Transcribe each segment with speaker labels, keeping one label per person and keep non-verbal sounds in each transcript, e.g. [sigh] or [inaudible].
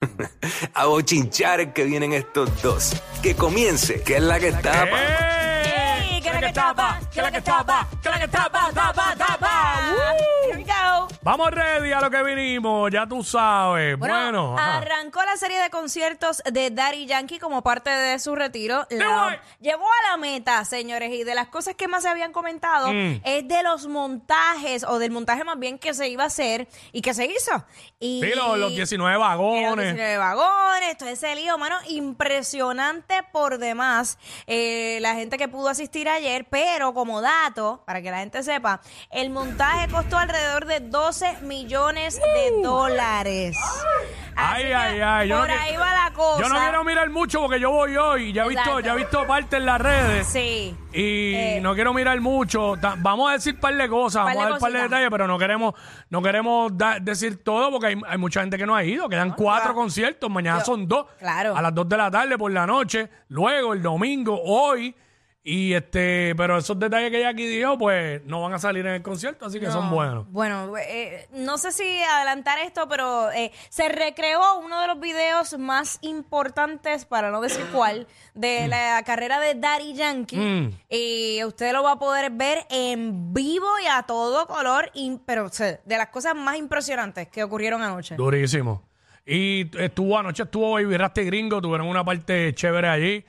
Speaker 1: [laughs] a bochinchar que vienen estos dos. Que comience, que es la que está.
Speaker 2: Eh,
Speaker 3: Hey, que la que tapa, que la que tapa, que la que tapa, tapa, tapa. Here we go.
Speaker 2: Uh. Vamos ready a lo que vinimos, ya tú sabes. Bueno,
Speaker 3: Bueno,
Speaker 2: ajá.
Speaker 3: arrancó la serie de conciertos de Daddy Yankee como parte de su retiro. La-
Speaker 2: voy.
Speaker 3: llevó a la meta, señores, y de las cosas que más se habían comentado
Speaker 2: Mm.
Speaker 3: es de los montajes, o del montaje más bien que se iba a hacer y que se hizo. Y
Speaker 2: Sí, los, los 19
Speaker 3: Creo que
Speaker 2: vagones.
Speaker 3: 19 vagones, todo ese lío, mano, impresionante por demás. eh, la gente que pudo asistir ayer, pero como dato, para que la gente sepa, el montaje costó alrededor de 12 millones de dólares. Así
Speaker 2: Uh. Ay,
Speaker 3: que
Speaker 2: ay, ay. yo no
Speaker 3: Por
Speaker 2: qui-
Speaker 3: ahí va la cosa.
Speaker 2: Yo no quiero mirar mucho porque yo voy hoy. Ya he visto,
Speaker 3: Exacto.
Speaker 2: ya he visto parte en las redes.
Speaker 3: Sí.
Speaker 2: Y
Speaker 3: Eh.
Speaker 2: no quiero mirar mucho. Ta- Vamos a decir par de cosas,
Speaker 3: Par de
Speaker 2: vamos a dar par de
Speaker 3: cositas.
Speaker 2: detalles, pero no queremos, no queremos da- decir todo porque hay, hay mucha gente que no ha ido. Quedan cuatro conciertos, mañana
Speaker 3: Yo-
Speaker 2: son dos.
Speaker 3: Claro.
Speaker 2: A las dos de la tarde por la noche, luego el domingo, hoy. Y este, pero esos detalles que ella aquí dio, pues no van a salir en el concierto, así que son buenos.
Speaker 3: Bueno, eh, no sé si adelantar esto, pero eh, se recreó uno de los videos más importantes, para no decir cuál, de la carrera de Daddy Yankee. Y usted lo va a poder ver en vivo y a todo color, y- pero o sea, de las cosas más impresionantes que ocurrieron anoche.
Speaker 2: Durísimo. Y estuvo anoche, estuvo Baby Rasta y Gringo, tuvieron una parte chévere allí.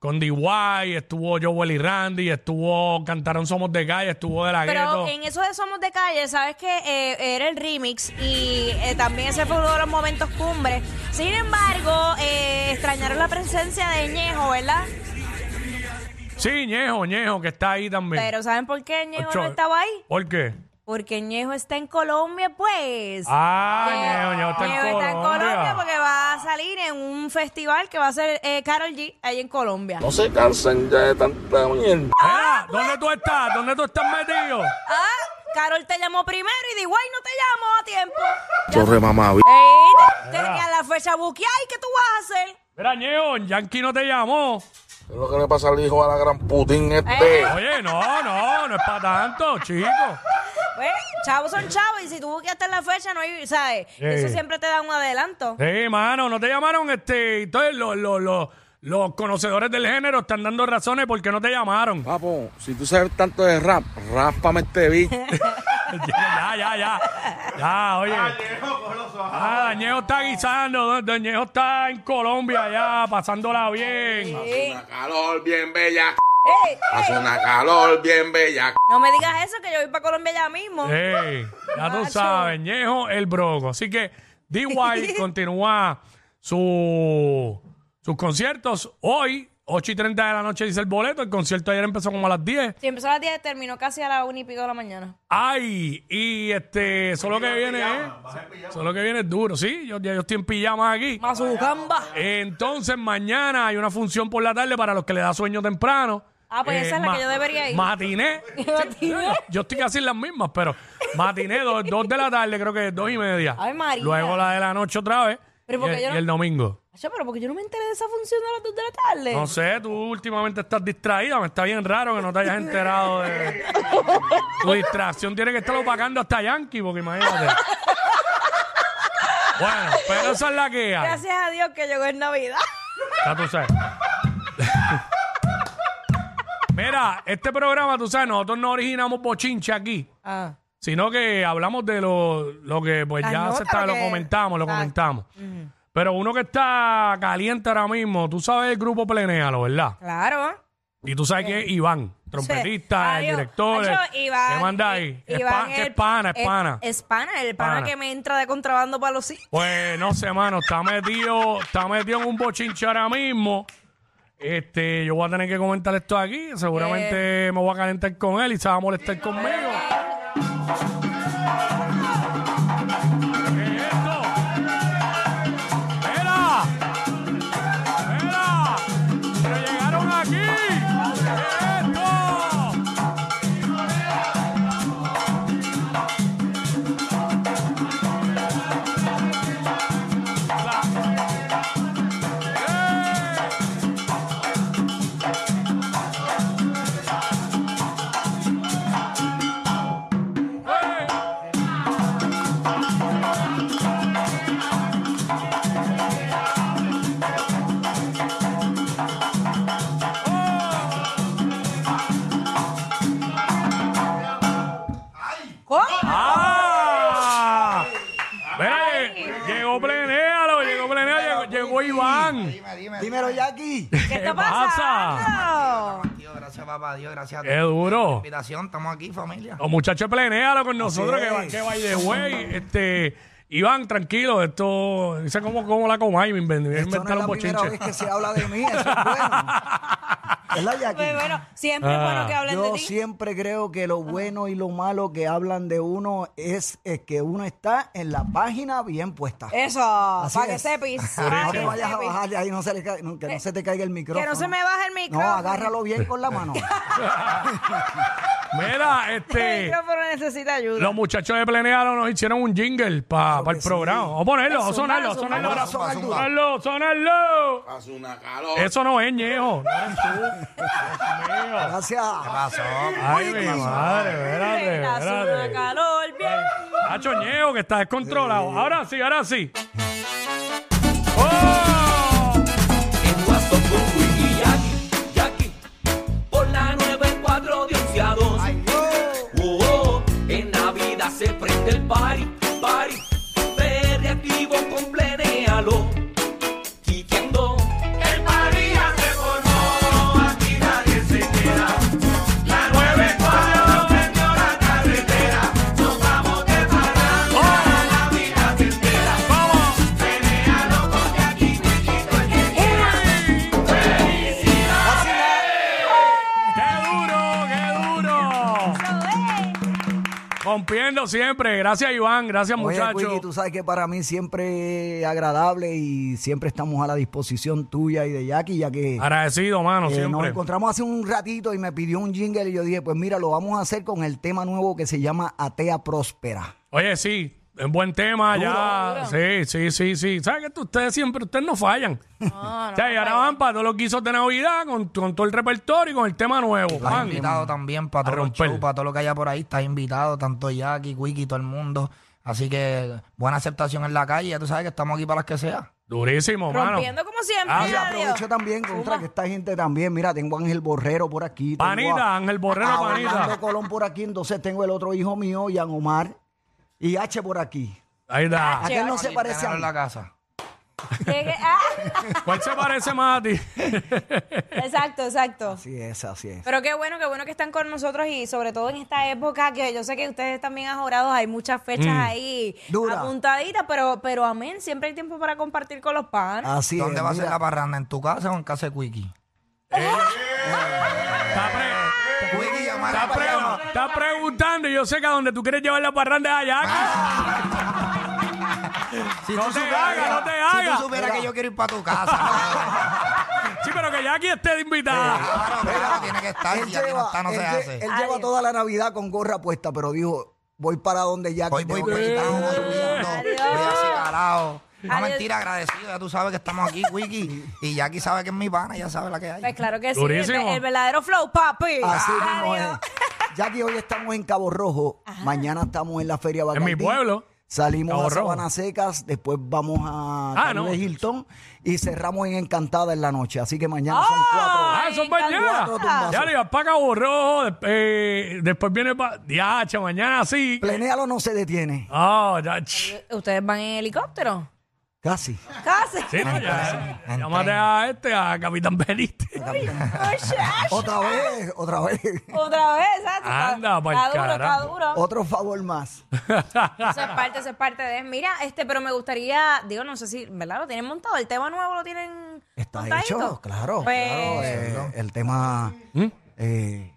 Speaker 2: Con D.Y., estuvo Joel y Randy, estuvo Cantaron Somos de Calle, estuvo De La
Speaker 3: Pero
Speaker 2: Gueto.
Speaker 3: en eso de Somos de Calle, sabes que era el remix y eh, también ese fue uno de los momentos cumbres. Sin embargo, eh, extrañaron la presencia de Ñejo, ¿verdad?
Speaker 2: Sí, Ñejo, Ñejo, que está ahí también.
Speaker 3: Pero ¿saben por qué Ñejo
Speaker 2: Ocho.
Speaker 3: no estaba ahí?
Speaker 2: ¿Por qué?
Speaker 3: Porque Ñejo está en Colombia, pues.
Speaker 2: Ah, Ñejo, Ñejo está en
Speaker 3: Ñejo
Speaker 2: Colombia.
Speaker 3: está en Colombia porque va a salir en un festival que va a ser Carol G ahí en Colombia.
Speaker 4: No se cansan ya de tanta mierda.
Speaker 2: Mira, ¿dónde tú estás? ¿Dónde tú estás metido?
Speaker 3: Ah, Carol te llamó primero y digo, ay, no te llamo a tiempo.
Speaker 4: Corre mamá,
Speaker 3: Ey, te- tenía la fecha buqueada y ¿qué tú vas a hacer?
Speaker 2: Mira, Ñejo, Yankee no te llamó.
Speaker 4: Es lo que le pasa al hijo a la gran Putin este.
Speaker 3: Eh.
Speaker 2: Oye, no, no, no es para tanto, chico.
Speaker 3: Pues, chavos son chavos y si tú buqueaste la fecha, no hay, ¿sabes?
Speaker 2: Sí.
Speaker 3: Eso siempre te da un adelanto.
Speaker 2: Sí, mano, no te llamaron, este, entonces los, los, los, los conocedores del género están dando razones porque no te llamaron. [laughs]
Speaker 5: Papo, si tú sabes tanto de rap, ráspame este beat.
Speaker 2: ya, ya, ya, ya, oye. Ah, Dañejo está guisando, Dañejo está en Colombia ya, pasándola bien.
Speaker 3: Eh.
Speaker 4: Una calor bien bella.
Speaker 3: Ey, ey,
Speaker 4: Hace una calor bien bella.
Speaker 3: Eh, no me digas eso, que yo voy para Colombia ya mismo.
Speaker 2: Ey, ya tú
Speaker 3: Macho.
Speaker 2: sabes, Ñejo el broco. Así que D.Y. continúa su- sus conciertos hoy, 8 y 30 de la noche dice el boleto. El concierto ayer empezó como a las 10.
Speaker 3: Si empezó a las 10, terminó casi a las 1 y pico de la mañana.
Speaker 2: Ay, y este, solo que viene, ¿eh? Solo que viene es duro, sí. Yo, ya yo estoy en pijama aquí.
Speaker 3: Mazucamba.
Speaker 2: Eh.
Speaker 3: [laughs]
Speaker 2: Entonces, mañana hay una función por la tarde para los que le da sueño temprano. Eh,
Speaker 3: Ah, pues esa es la
Speaker 2: ma-
Speaker 3: que yo debería ir.
Speaker 2: Matiné.
Speaker 3: Matiné.
Speaker 2: Yo estoy casi en las mismas, pero matiné, dos, dos de la tarde, creo que dos y media.
Speaker 3: Ay, María.
Speaker 2: Luego la de la noche otra vez.
Speaker 3: Pero ¿por
Speaker 2: y,
Speaker 3: qué yo
Speaker 2: y
Speaker 3: no-
Speaker 2: el domingo.
Speaker 3: Acho, pero porque yo no me enteré de esa función a las 2 de la tarde.
Speaker 2: No sé, tú últimamente estás distraída. Me está bien raro que no te hayas enterado
Speaker 3: [laughs]
Speaker 2: de. tu distracción tiene que estar opacando hasta Yankee, porque imagínate. Bueno, pero esa es la que hay.
Speaker 3: Gracias a Dios que llegó en Navidad. [laughs]
Speaker 2: Ya tú sabes. Mira, este programa, tú sabes, nosotros no originamos bochinche aquí,
Speaker 3: Ah.
Speaker 2: sino que hablamos de lo, lo que pues
Speaker 3: Las
Speaker 2: ya
Speaker 3: notas,
Speaker 2: se está,
Speaker 3: lo
Speaker 2: lo
Speaker 3: que-
Speaker 2: comentamos, lo
Speaker 3: Exacto.
Speaker 2: comentamos. Pero uno que está caliente ahora mismo, tú sabes el grupo Plenéalo, ¿verdad?
Speaker 3: Claro.
Speaker 2: Y tú sabes quién es Iván, trompetista,
Speaker 3: Sí.
Speaker 2: el
Speaker 3: Adiós.
Speaker 2: director, el-
Speaker 3: Acho, Iván-
Speaker 2: ¿qué manda ahí?
Speaker 3: I-
Speaker 2: Es
Speaker 3: Iván
Speaker 2: pa- que
Speaker 3: el-
Speaker 2: es pana, es
Speaker 3: el-
Speaker 2: pana.
Speaker 3: Es pana, el pana,
Speaker 2: Pana.
Speaker 3: que me entra de contrabando para
Speaker 2: [laughs]
Speaker 3: los hijos.
Speaker 2: Pues no sé, mano, está metido, está metido en un bochinche ahora mismo. Este, yo voy a tener que comentar esto aquí.
Speaker 3: Eh.
Speaker 2: Seguramente me voy a calentar con él y se va a molestar conmigo. ¿Qué es esto? ¡Mira! ¡Mira! ¡Pero llegaron aquí! ¿Qué es esto? ¡Eh! ¡Ah! llegó Pleneo, llegó, llegó Iván.
Speaker 6: Dime, dime.
Speaker 7: Dímelo, Jackie.
Speaker 3: ¿Qué está
Speaker 2: pasa?
Speaker 3: pasando?
Speaker 6: Tío, gracias, papá Dios, gracias a
Speaker 2: Qué
Speaker 6: Dios por la
Speaker 2: duro.
Speaker 6: invitación. Estamos aquí, familia.
Speaker 2: Los muchachos plenéalo con nosotros,
Speaker 7: Así
Speaker 2: que va,
Speaker 7: es.
Speaker 2: que by the way, este, Iván, tranquilo, esto, dice cómo, cómo la coma y me inven- me
Speaker 7: Esto no es
Speaker 2: inventaron
Speaker 7: la primera
Speaker 2: bochinches.
Speaker 7: vez que se habla de mí, eso es bueno. ¿Verdad,
Speaker 3: Pues
Speaker 7: Jackie?
Speaker 3: bueno, siempre
Speaker 2: Ah.
Speaker 3: es bueno que hablen de
Speaker 7: Yo
Speaker 3: ti.
Speaker 7: siempre creo que lo bueno y lo malo que hablan de uno es, es que uno está en la página bien puesta.
Speaker 3: Eso,
Speaker 7: Así
Speaker 3: para que
Speaker 7: es. [laughs]
Speaker 3: sepis.
Speaker 7: No
Speaker 3: para
Speaker 7: te
Speaker 3: que
Speaker 7: vayas a
Speaker 3: sepis. Eh,
Speaker 7: bajar de ahí, no se le ca- no, que no se te caiga el micrófono.
Speaker 3: Que no se me baje el
Speaker 7: No,
Speaker 3: micrófono.
Speaker 7: agárralo bien con la mano.
Speaker 2: Mira,
Speaker 3: El
Speaker 2: este,
Speaker 3: micrófono necesita ayuda.
Speaker 2: los muchachos de plenéalo nos hicieron un jingle para el programa. Vamos a ponerlo, vamos a sonarlo, vamos a sonarlo,
Speaker 7: Vamos a
Speaker 2: vamos
Speaker 7: sonar
Speaker 2: a
Speaker 7: duro.
Speaker 2: sonarlo, sonarlo.
Speaker 4: Hace una calor.
Speaker 2: Eso no es ñejo, no eres tú. Dios mío.
Speaker 7: Gracias.
Speaker 6: Pasó.
Speaker 2: Ay, mi madre, espérate,
Speaker 3: Venga, hace una
Speaker 2: espérate.
Speaker 3: calor bien.
Speaker 2: Nacho Ñejo, que está descontrolado. Ahora sí, ahora sí. ¡Oh!
Speaker 8: En Guasón, Cucuy y Yaqui, Yaqui, por la 94 de 11 a 12. Oh, oh, en Navidad se prende el party, party, me reactivo con plenéalo, quiqueando. El party ya se formó, aquí nadie se queda, la 94 prendió la carretera, nos vamos de parada, la Navidad se entera.
Speaker 2: ¡Qué duro, qué duro! Rompiendo siempre. Gracias, Iván. Gracias,
Speaker 7: Oye,
Speaker 2: muchachos.
Speaker 7: Quickie, tú sabes que para mí siempre es agradable y siempre estamos a la disposición tuya y de Jackie, ya que
Speaker 2: Agradecido, mano,
Speaker 7: eh, nos
Speaker 2: siempre.
Speaker 7: encontramos hace un ratito y me pidió un jingle y yo dije, pues mira, lo vamos a hacer con el tema nuevo que se llama Atea Próspera.
Speaker 2: Oye, sí, es buen tema ya. Sí, sí, sí, sí. ¿Sabes que ustedes siempre, ustedes no
Speaker 7: [laughs]
Speaker 2: fallan? o sea, y ahora van para todos los guisos de Navidad con, con todo el repertorio y con el tema nuevo.
Speaker 6: Estás
Speaker 2: Pan.
Speaker 6: invitado también para
Speaker 2: A
Speaker 6: todo,
Speaker 2: romper.
Speaker 6: para todo lo que haya por ahí. Estás invitado, tanto Jackie, Wiki, todo el mundo. Así que buena aceptación en la calle. Ya tú sabes que estamos aquí para las que sea.
Speaker 2: Durísimo, mano.
Speaker 3: Rompiendo como
Speaker 7: Ah,
Speaker 3: siempre.
Speaker 2: Gracias.
Speaker 3: adiós.
Speaker 7: Aprovecho también contra que esta gente también, mira, tengo a Ángel Borrero por aquí. tengo
Speaker 2: Panita,
Speaker 7: a-
Speaker 2: Ángel Borrero,
Speaker 7: a
Speaker 2: panita.
Speaker 7: Orlando Colón por aquí, entonces tengo el otro hijo mío, Jan Omar, y H por aquí.
Speaker 2: Ahí está.
Speaker 7: Aquel no se
Speaker 6: Aquí
Speaker 7: parece a
Speaker 6: tenemos
Speaker 7: mí.
Speaker 6: la casa.
Speaker 3: Que- que- ah,
Speaker 7: [laughs]
Speaker 2: ¿Cuál se parece más a ti?
Speaker 3: exacto, exacto.
Speaker 7: Así es, así es.
Speaker 3: Pero qué bueno, qué bueno que están con nosotros y sobre todo en esta época que yo sé que ustedes también ajorados, hay muchas fechas ahí
Speaker 7: Mm. Dura.
Speaker 3: apuntaditas, pero, pero amén, siempre hay tiempo para compartir con los panes.
Speaker 7: Así
Speaker 6: ¿Dónde
Speaker 7: es,
Speaker 6: va a ser
Speaker 7: mira.
Speaker 6: la parranda? ¿En tu casa o en casa de Wiki?
Speaker 2: Está pre-
Speaker 6: Wiki, llamar
Speaker 2: está pre- está preguntando y yo sé que a donde tú quieres llevar la parranda es allá.
Speaker 6: Si
Speaker 2: No
Speaker 6: tú
Speaker 2: te
Speaker 6: supieras-
Speaker 2: hagas, no te
Speaker 6: Si
Speaker 2: hagas.
Speaker 6: tú supieras que yo quiero ir para tu [laughs] casa.
Speaker 2: Sí, pero que ya aquí esté de invitada.
Speaker 6: Claro, claro, tiene que estar.
Speaker 7: Él
Speaker 6: Si aquí no
Speaker 7: lleva,
Speaker 6: está, no
Speaker 7: él
Speaker 6: se
Speaker 7: lle-
Speaker 6: hace.
Speaker 7: él lleva toda la Navidad con gorra puesta, pero dijo, voy para donde ya
Speaker 6: Hoy voy petitado, subiendo,
Speaker 3: Adiós.
Speaker 6: voy acicalado. No
Speaker 3: Adiós.
Speaker 6: mentira, agradecido. Ya tú sabes que estamos aquí, Wiki. Y Jackie sabe que es mi pana, ya sabe la que hay.
Speaker 3: Pues claro que sí,
Speaker 2: Durísimo.
Speaker 3: el, el verdadero flow, papi.
Speaker 7: Así
Speaker 3: Adiós.
Speaker 7: mismo es. Ya que hoy estamos en
Speaker 3: [laughs]
Speaker 7: Cabo Rojo, mañana estamos en la Feria Bacardí.
Speaker 2: mi pueblo.
Speaker 7: Salimos
Speaker 2: Cabo
Speaker 7: a
Speaker 2: Rojo.
Speaker 7: Sabana Secas, después vamos a
Speaker 2: Ah,
Speaker 7: Carmen
Speaker 2: no.
Speaker 7: Hilton y cerramos en Encantada en la noche. Así que mañana son
Speaker 3: Ah.
Speaker 7: cuatro.
Speaker 2: Ah, son
Speaker 3: Encantada.
Speaker 2: mañana.
Speaker 7: Cuatro tumbazos.
Speaker 2: Ya le vas para Cabo Rojo. desp- eh, después viene para. Diache, mañana sí.
Speaker 7: Plenéalo no se detiene.
Speaker 2: Ah, ya. ch-
Speaker 3: ¿Ustedes van en helicóptero?
Speaker 7: Casi.
Speaker 3: Casi.
Speaker 2: Sí, no, ya. eh. Llámate a este, a Capitán Benítez.
Speaker 3: Muchacho.
Speaker 7: [laughs] Otra vez, otra vez.
Speaker 3: Otra vez, exacto.
Speaker 2: Anda, pa'l
Speaker 3: está, está duro, está
Speaker 2: carajo.
Speaker 3: duro.
Speaker 7: Otro favor más.
Speaker 3: Eso es parte, eso es parte de. Mira, este, pero me gustaría, digo, no sé si, ¿verdad? Lo tienen montado, el tema nuevo lo tienen
Speaker 7: Está
Speaker 3: montadito?
Speaker 7: hecho, claro.
Speaker 3: Pues-
Speaker 7: claro, eh, el tema...
Speaker 2: ¿Mm?
Speaker 7: eh,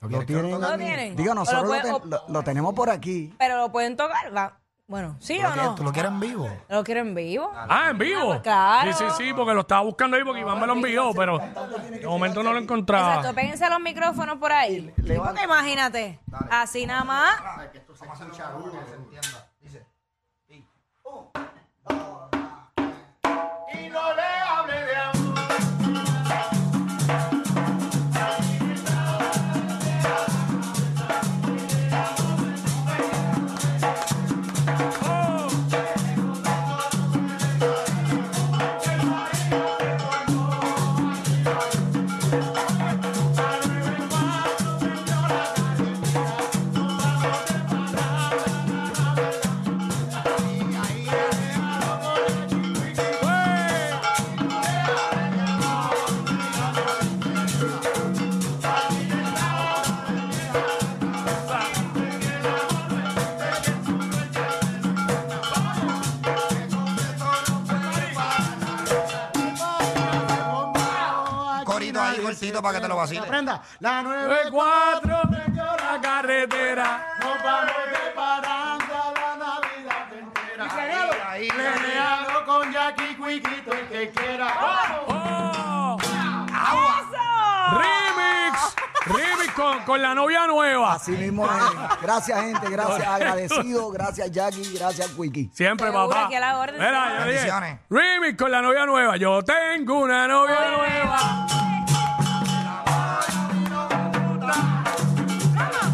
Speaker 7: lo tienen,
Speaker 3: ¿Lo tienen?
Speaker 7: Digo,
Speaker 3: ¿O lo
Speaker 7: nosotros lo,
Speaker 3: pueden-
Speaker 7: ten- lo- lo tenemos por aquí.
Speaker 3: Pero lo pueden tocar, va. Bueno, ¿sí o no?
Speaker 6: ¿Tú lo quieres en vivo?
Speaker 3: ¿Lo quieren vivo?
Speaker 2: Ah, en vivo.
Speaker 3: pues claro.
Speaker 2: Sí, sí, sí, porque lo estaba buscando ahí porque Iván me lo envió, pero de momento no lo
Speaker 3: Exacto,
Speaker 2: encontraba.
Speaker 3: péguense los micrófonos por ahí. Porque imagínate, así nada más.
Speaker 6: cortito para que te lo vaciles.
Speaker 9: Aprenda. La nueve.
Speaker 2: El Eh, cuatro prendió la carretera.
Speaker 9: Nos vamos preparando a la Navidad entera.
Speaker 6: Ahí,
Speaker 9: Pleneado con Jackie Quiquito, el que quiera. ¡Vamos!
Speaker 2: ¡Oh! ¡Remix! ¡Remix con, con la novia nueva!
Speaker 7: Así mismo es. Gracias, gente. Gracias. Agradecido. Gracias, Jackie. Gracias, Wiki.
Speaker 2: Siempre,
Speaker 3: Seguro,
Speaker 2: papá.
Speaker 3: aquí a la orden.
Speaker 2: Mira, yo dije,
Speaker 6: Bendiciones.
Speaker 2: remix con la novia nueva. Yo tengo una novia nueva.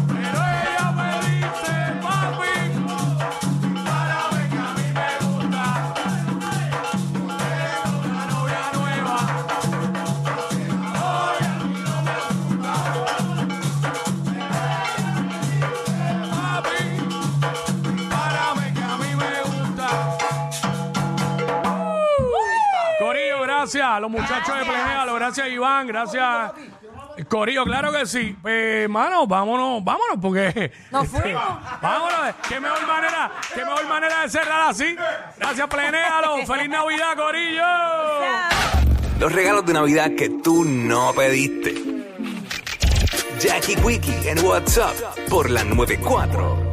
Speaker 2: Pero ella me dice, papi, árabe que a mí me gusta. Tengo una novia nueva. Papi, párame que a mí me gusta. Corillo, gracias a los muchachos de Plenéalo, gracias Iván, gracias. Corillo, claro que sí. Eh, Hermano, vámonos, vámonos, porque.
Speaker 3: Nos fuimos.
Speaker 2: [laughs] Vámonos, qué mejor manera, qué mejor manera de cerrar así. Gracias,
Speaker 3: [laughs]
Speaker 2: Plenéalo. Feliz Navidad, Corillo.
Speaker 1: Los regalos de Navidad que tú no pediste. Jackie Quickie en WhatsApp por la 94.